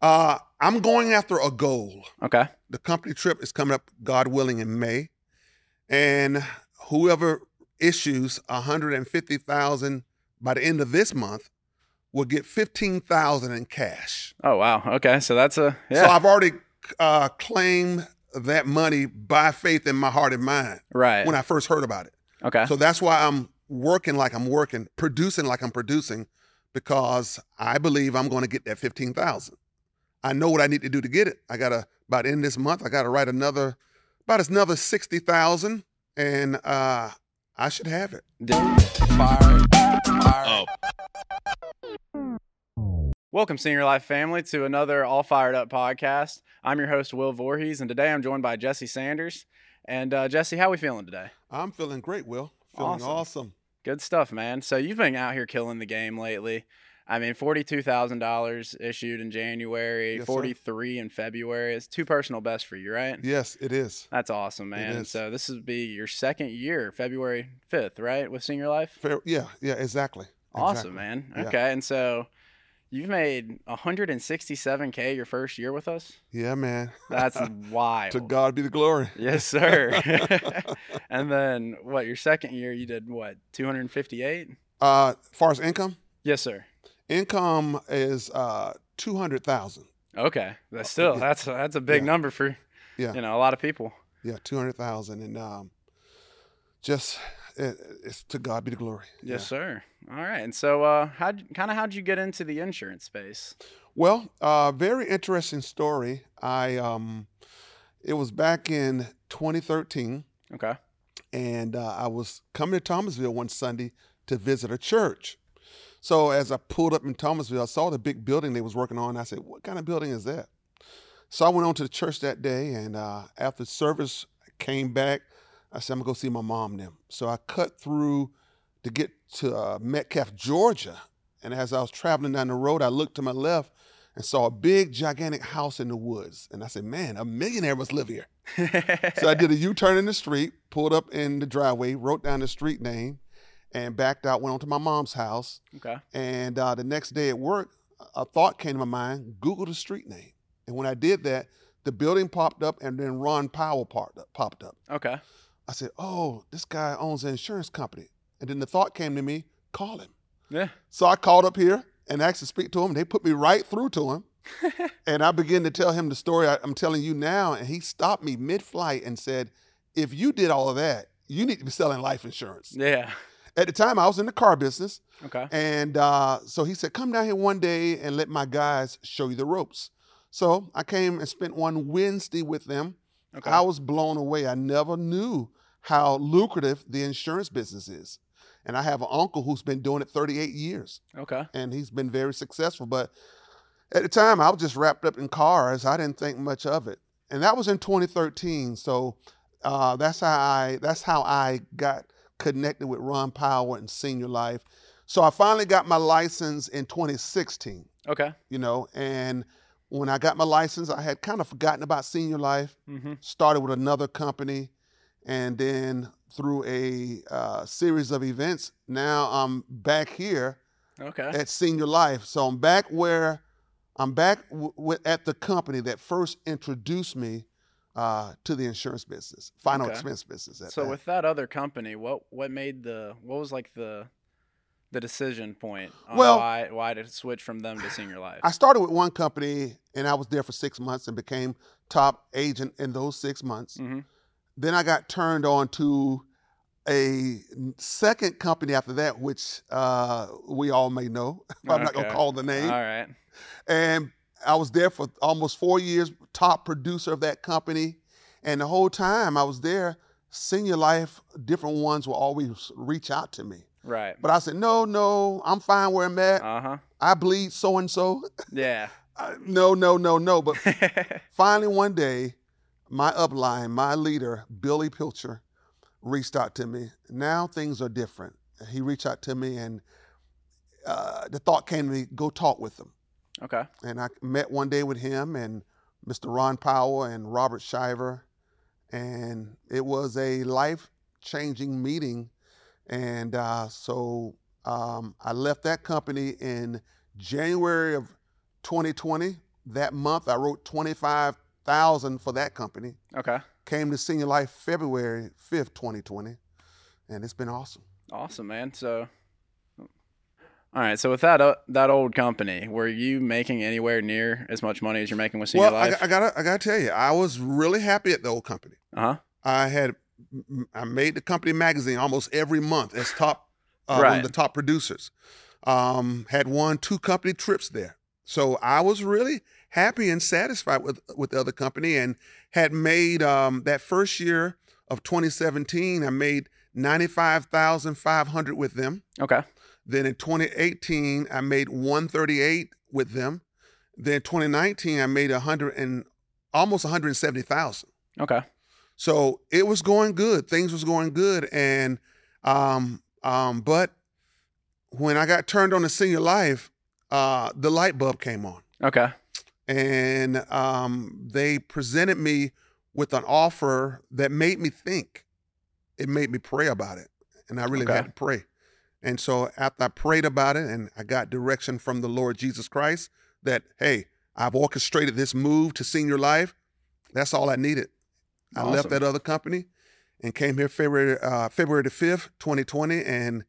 Uh, I'm going after a goal. Okay. The company trip is coming up, God willing, in May, and whoever issues 150,000 by the end of this month will get 15,000 in cash. Oh wow. Okay. So that's a yeah. So I've already uh, claimed that money by faith in my heart and mind right. when I first heard about it. okay. So that's why I'm working like I'm working, producing like I'm producing, because I believe I'm going to get that fifteen thousand. I know what I need to do to get it. I gotta by the end of this month. I gotta write another about another sixty thousand, and uh, I should have it. Oh, Welcome, Senior Life family, to another All Fired Up podcast. I'm your host Will Voorhees, and today I'm joined by Jesse Sanders. And uh, Jesse, how we feeling today? I'm feeling great, Will. Feeling awesome. Awesome. Good stuff, man. So you've been out here killing the game lately. I mean, forty-two thousand dollars issued in January, Yes, sir. forty-three in February. It's two personal bests for you, right? Yes, it is. That's awesome, man. And is. So this would be your second year, February fifth, right, with Senior Life. Fair. Yeah, yeah, exactly. Awesome, Exactly. man. Yeah. Okay, and so you've made 167k your first year with us. Yeah, man. That's wild. to God be the glory. Yes, sir. and then what? Your second year, you did what? 258. Uh, far as income, Yes, sir. income is uh two hundred thousand. Okay, that's still yeah. that's that's a big Yeah. number for Yeah. you know a lot of people. Yeah, two hundred thousand, and um, just it, it's to God be the glory. Yes, sir. All right, and so uh, how kind of how'd you get into the insurance space? Yeah. Well, uh, very interesting story. I um, it was back in 2013, Okay. and uh, I was coming to Thomasville one Sunday to visit a church. So as I pulled up in Thomasville, I saw the big building they was working on. I said, "What kind of building is that?" So I went on to the church that day, and uh, after service, I came back. I said, "I'm gonna go see my mom and them." So I cut through to get to uh, Metcalf, Georgia, and as I was traveling down the road, I looked to my left and saw a big, gigantic house in the woods, and I said, "Man, a millionaire must live here." So I did a U-turn in the street, pulled up in the driveway, wrote down the street name, and backed out. Went on to my mom's house, okay. and uh, the next day at work, a thought came to my mind: Google the street name. And when I did that, the building popped up, and then Ron Powell popped up. Popped up. Okay. I said, "Oh, this guy owns an insurance company." And then the thought came to me: Call him. Yeah. So I called up here and asked to speak to him. They put me right through to him. and I began to tell him the story I, I'm telling you now. And he stopped me mid flight and said, If you did all of that, you need to be selling life insurance. Yeah. At the time, I was in the car business. Okay. And uh, so he said, Come down here one day and let my guys show you the ropes. So I came and spent one Wednesday with them. Okay. I was blown away. I never knew how lucrative the insurance business is. And I have an uncle who's been doing it 38 years okay. and he's been very successful. But at the time, I was just wrapped up in cars. I didn't think much of it, and that was in 2013. So uh, that's how I that's how I got connected with Ron Powell and Senior Life. So I finally got my license in 2016. Okay. You know, and when I got my license, I had kind of forgotten about Senior Life. hmm Started with another company, and then through a uh, series of events, now I'm back here Okay. at Senior Life. So I'm back where I'm back w- w- at the company that first introduced me uh, to the insurance business, final Okay. expense business. At So that. with that other company, what what made the what was like the the decision point on Well- why why to switch from them to Senior Life? I started with one company and I was there for six months and became top agent in those six months. hmm Then I got turned on to a second company after that, which uh, we all may know. I'm not going to Okay. call the All name. right. and I was there for almost four years, top producer of that company. And the whole time I was there, Senior Life, different ones will always reach out to me. Right. But I said, no, no, I'm fine where I'm at. Uh huh. I bleed so and so. Yeah. No, no, no, no. But finally, one day, my upline, my leader, Billy Pilcher, reached out to me. Now things are different. He reached out to me, and uh, the thought came to me go talk with him. okay. and I met one day with him and Mr. Ron Powell and Robert Shiver, and it was a life-changing meeting. And uh, so um, I left that company in January of 2020, that month, I wrote 25,000 for that company. Okay. Came to Senior Life February 5th, 2020, and it's been awesome. Awesome, man. So, all right. So with that uh, that old company, were you making anywhere near as much money as you're making with Senior well, Life? I, I gotta, I gotta tell you, I was really happy at the old company. uh huh. I had, I made the company magazine almost every month as top, uh, one Right. of the top producers. Um, had won two company trips there, so I was really happy and satisfied with with the other company, and had made um, that first year of 2017. I made ninety five thousand five hundred with them. Okay. Then in 2018, I made 138 with them. Then 2019, I made 100 and almost 170,000. Okay. So it was going good. Things was going good, and um, um, but when I got turned on to Senior Life, uh, the light bulb came on, Okay. and um, they presented me with an offer that made me think. It made me pray about it, and I really Okay. had to pray. And so after I prayed about it, and I got direction from the Lord Jesus Christ that hey, I've orchestrated this move to Senior Life. That's all I needed. I left Awesome. that other company and came here February uh, February the fifth, twenty twenty, and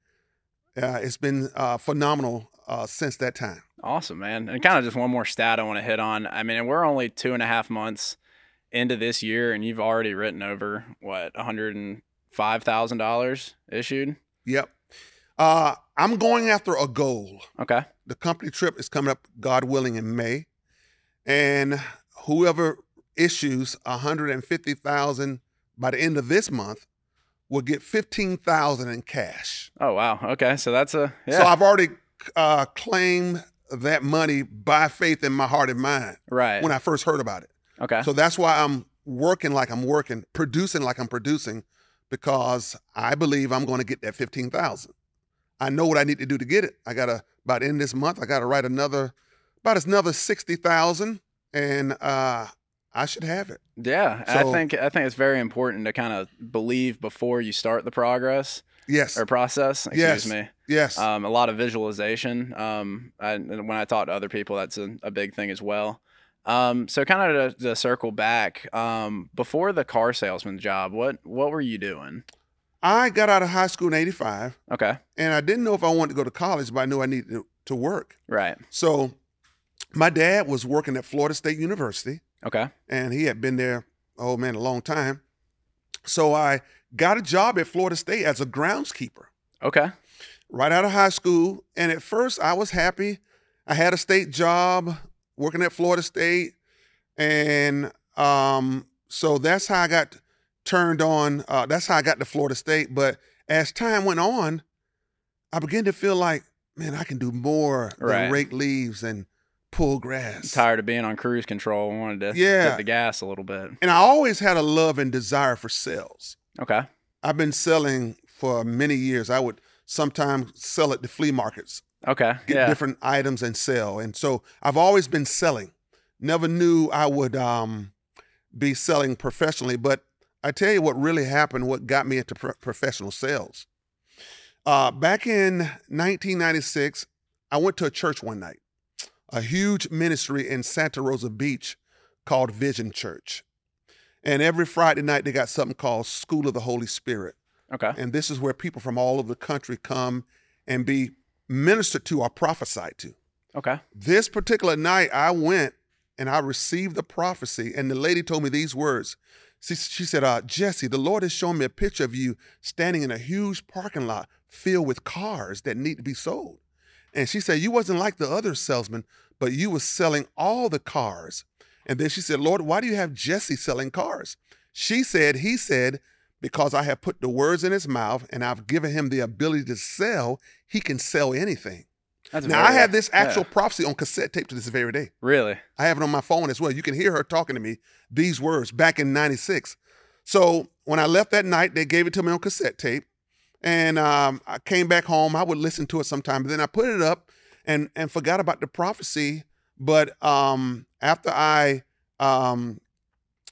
uh, it's been uh, phenomenal uh, since that time. Awesome, man. And kind of just one more stat I want to hit on. I mean, we're only two and a half months into this year, and you've already written over what one hundred and five thousand dollars issued. Yep. Uh, I'm going after a goal. Okay. The company trip is coming up, God willing, in May, and whoever issues 150,000 by the end of this month will get 15,000 in cash. Oh wow. Okay. So that's a yeah. So I've already uh, claimed that money by faith in my heart and mind right. when I first heard about it. okay. So that's why I'm working like I'm working, producing like I'm producing, because I believe I'm going to get that fifteen thousand. I know what I need to do to get it. I gotta by the end of this month. I gotta write another, about another sixty thousand, and uh, I should have it. yeah. I so- think I think it's very important to kind of believe before you start the progress. Yes, or process. Excuse Yes. me. yes, Um, a lot of visualization. Um, I, and when I talk to other people, that's a, a big thing as well. Um, so kind of to, to circle back, um, before the car salesman job, what what were you doing? I got out of high school in '85, Okay, and I didn't know if I wanted to go to college, but I knew I needed to, to work. right. So, my dad was working at Florida State University. Okay, and he had been there, oh man, a long time. So I got a job at Florida State as a groundskeeper okay, right out of high school. And at first, I was happy. I had a state job working at Florida State. And um, so that's how I got turned on. Uh, that's how I got to Florida State. But as time went on, I began to feel like, man, I can do more Right. than rake leaves and pull grass. tired of being on cruise control. Wanted to Yeah. hit the gas a little bit. And I always had a love and desire for sales. Okay, I've been selling for many years. I would sometimes sell at the flea markets, okay, get yeah, different items and sell. And so I've always been selling. Never knew I would um, be selling professionally. But I tell you what really happened, what got me into pro- professional sales. Uh, back in 1996, I went to a church one night, a huge ministry in Santa Rosa Beach called Vision Church. And every Friday night, they got something called School of the Holy Spirit. okay, And this is where people from all over the country come and be ministered to or prophesied to. okay, This particular night, I went and I received the prophecy, and the lady told me these words. She, she said, uh, Jesse, the Lord has shown me a picture of you standing in a huge parking lot filled with cars that need to be sold. And she said, You wasn't like the other salesman, but you was selling all the cars. And then she said, Lord, why do you have Jesse selling cars? She said, He said, Because I have put the words in his mouth and I've given him the ability to sell, he can sell anything. that's Now, I very- have this yeah. actual prophecy on cassette tape to this very day. really I have it on my phone as well. You can hear her talking to me these words back in 96. So when I left that night, they gave it to me on cassette tape. And um, I came back home. I would listen to it sometime. But then I put it up and, and forgot about the prophecy. But um, after I um,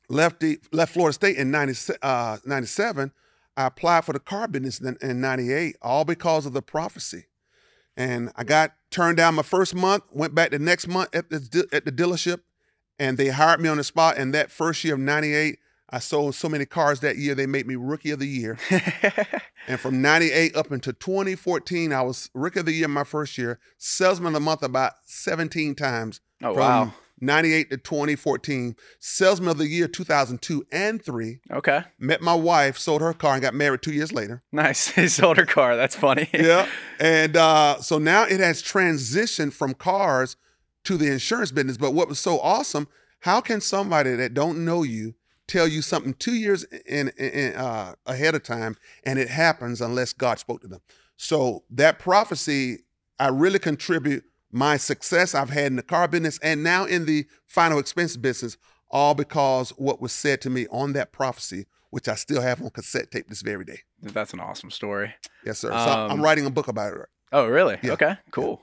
left the, left Florida State in 90, uh, 97, I applied for the car business in, in 98, all because of the prophecy. And I got turned down my first month, went back the next month at the, de- at the dealership and they hired me on the spot. And that first year of '98, I sold so many cars that year they made me Rookie of the Year. And from 98 up into 2014, I was Rookie of the Year my first year, Salesman of the Month about 17 times oh from wow. 98 to 2014, Salesman of the Year 2002 and 3. Okay. Met my wife, sold her car, and got married two years later. Nice. His older car. That's funny. yeah. And uh, so now it has transitioned from cars to the insurance business. But what was so awesome, how can somebody that don't know you tell you something two years in, in, in, uh, ahead of time and it happens unless God spoke to them? So that prophecy, I really contribute my success I've had in the car business and now in the final expense business, all because what was said to me on that prophecy, which I still have on cassette tape this very day. That's an awesome story. Yes, sir. So I'm- Um, I'm writing a book about it Oh, really? Yeah. Okay, cool.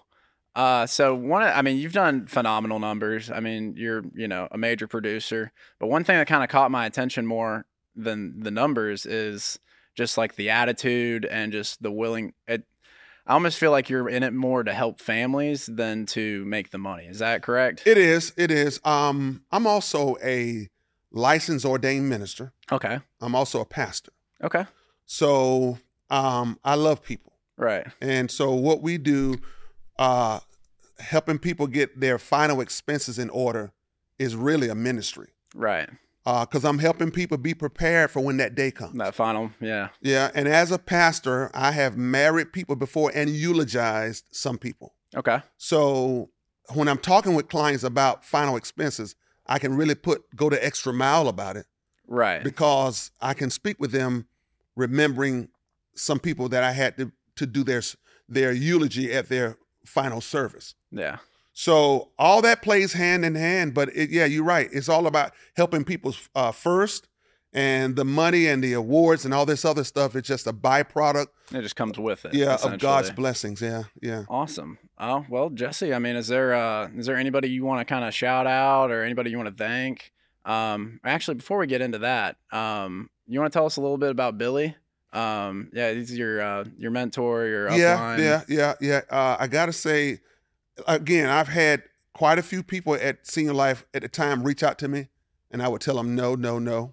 Uh, so one, of- I mean, you've done phenomenal numbers. I mean, you're you know a major producer. But one thing that kind of caught my attention more than the numbers is just like the attitude and just the willing. It, I almost feel like you're in it more to help families than to make the money. Is that correct? It is. It is. Um, I'm also a licensed ordained minister. okay. I'm also a pastor. Okay. So um, I love people, Right. and so what we do, uh, helping people get their final expenses in order, is really a ministry. Right. Because I'm helping people be prepared for when that day comes. That final. Yeah. Yeah, and as a pastor, I have married people before and eulogized some people. Okay. So when I'm talking with clients about final expenses, I can really put go the extra mile about it Right. because I can speak with them, remembering some people that I had to to do their s- their eulogy at their final service. Yeah. So all that plays hand in hand. But it, yeah, you're right. It's all about helping people uh, first, and the money and the awards and all this other stuff. It's just a byproduct, It just comes with it. yeah, of God's essentially. blessings. Yeah, yeah. Awesome. Oh well, Jesse. I mean, is there uh, is there anybody you want to kind of shout out or anybody you want to thank? Um, actually, before we get into that, um, you want to tell us a little bit about Billy? Um, yeah, he's your uh, your mentor, your yeah, upline. yeah, yeah, yeah. Uh, I gotta say, again, I've had quite a few people at Senior Life at the time reach out to me, and I would tell them no, no, no.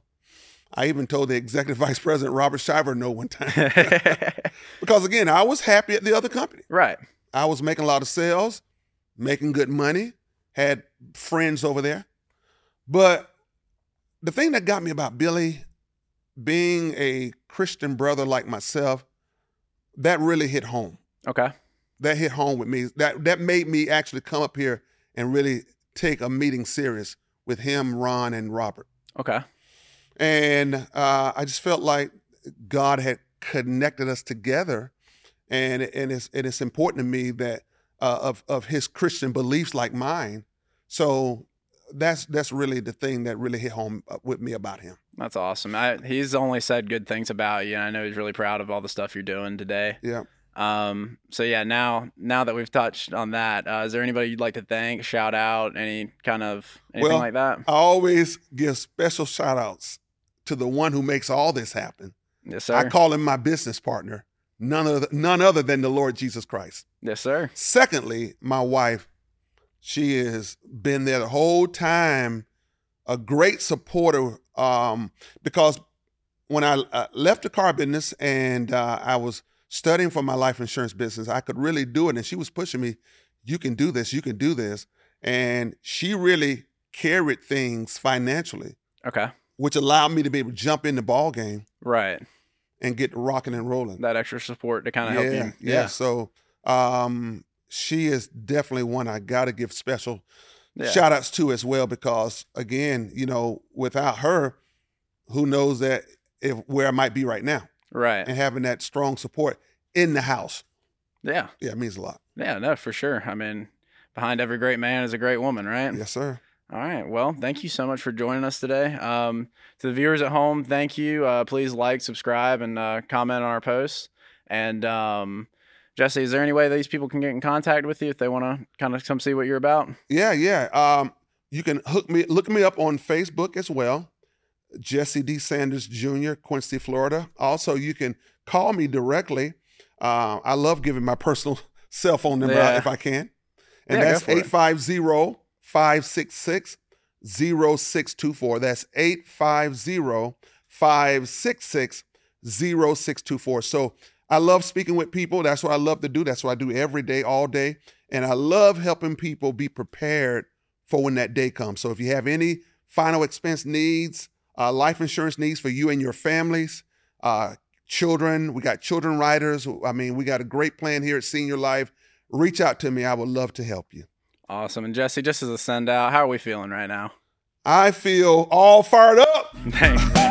I even told the executive vice president Robert Shiver no one time because again, I was happy at the other company. right. I was making a lot of sales, making good money, had friends over there. But the thing that got me about Billy being a Christian brother like myself, that really hit home Okay. that hit home with me. That that made me actually come up here and really take a meeting serious with him, Ron, and Robert. Okay. And uh, I just felt like God had connected us together, and and it's and it's important to me that uh, of of His Christian beliefs like mine. So that's that's really the thing that really hit home uh, with me about him. That's awesome. I, he's only said good things about you, and I know he's really proud of all the stuff you're doing today. Yeah. Um. So yeah, now now that we've touched on that, uh, is there anybody you'd like to thank, shout out, any kind of anything Well, like that? I always give special shout outs to the one who makes all this happen. Yes, sir. I call him my business partner, none other, none other than the Lord Jesus Christ. yes, sir. Secondly, my wife, she has been there the whole time, a great supporter. Um, because when I uh, left the car business and uh, I was studying for my life insurance business, I could really do it, and she was pushing me. You can do this. You can do this. And she really carried things financially, Okay. which allowed me to be able to jump in the ball game Right. and get rocking and rolling. That extra support to kind of yeah, help you. Yeah. So um, she is definitely one I got to give special Yeah. shout outs to as well, because again, you know, without her, who knows that if where I might be right now Right. and having that strong support in the house. Yeah. Yeah, it means a lot. Yeah. No, for sure. I mean, behind every great man is a great woman, right? Yes, sir. All right. Well, thank you so much for joining us today. Um, to the viewers at home, thank you. Uh, please like, subscribe, and uh, comment on our posts. And um, Jesse, is there any way these people can get in contact with you if they want to kind of come see what you're about? Yeah, yeah. Um, you can hook me, look me up on Facebook as well. Jesse D. Sanders Jr., Quincy, Florida. Also, you can call me directly. Uh, I love giving my personal cell phone number out Yeah. if I can. And Yeah, go that's for it. 850 566 0624. That's 850 566 0624. So I love speaking with people. That's what I love to do. That's what I do every day, all day. And I love helping people be prepared for when that day comes. So if you have any final expense needs, uh, life insurance needs for you and your families, uh, children, we got children riders. I mean, we got a great plan here at Senior Life. Reach out to me. I would love to help you. Awesome. And Jesse, just as a send out, how are we feeling right now? I feel all fired up. Thanks.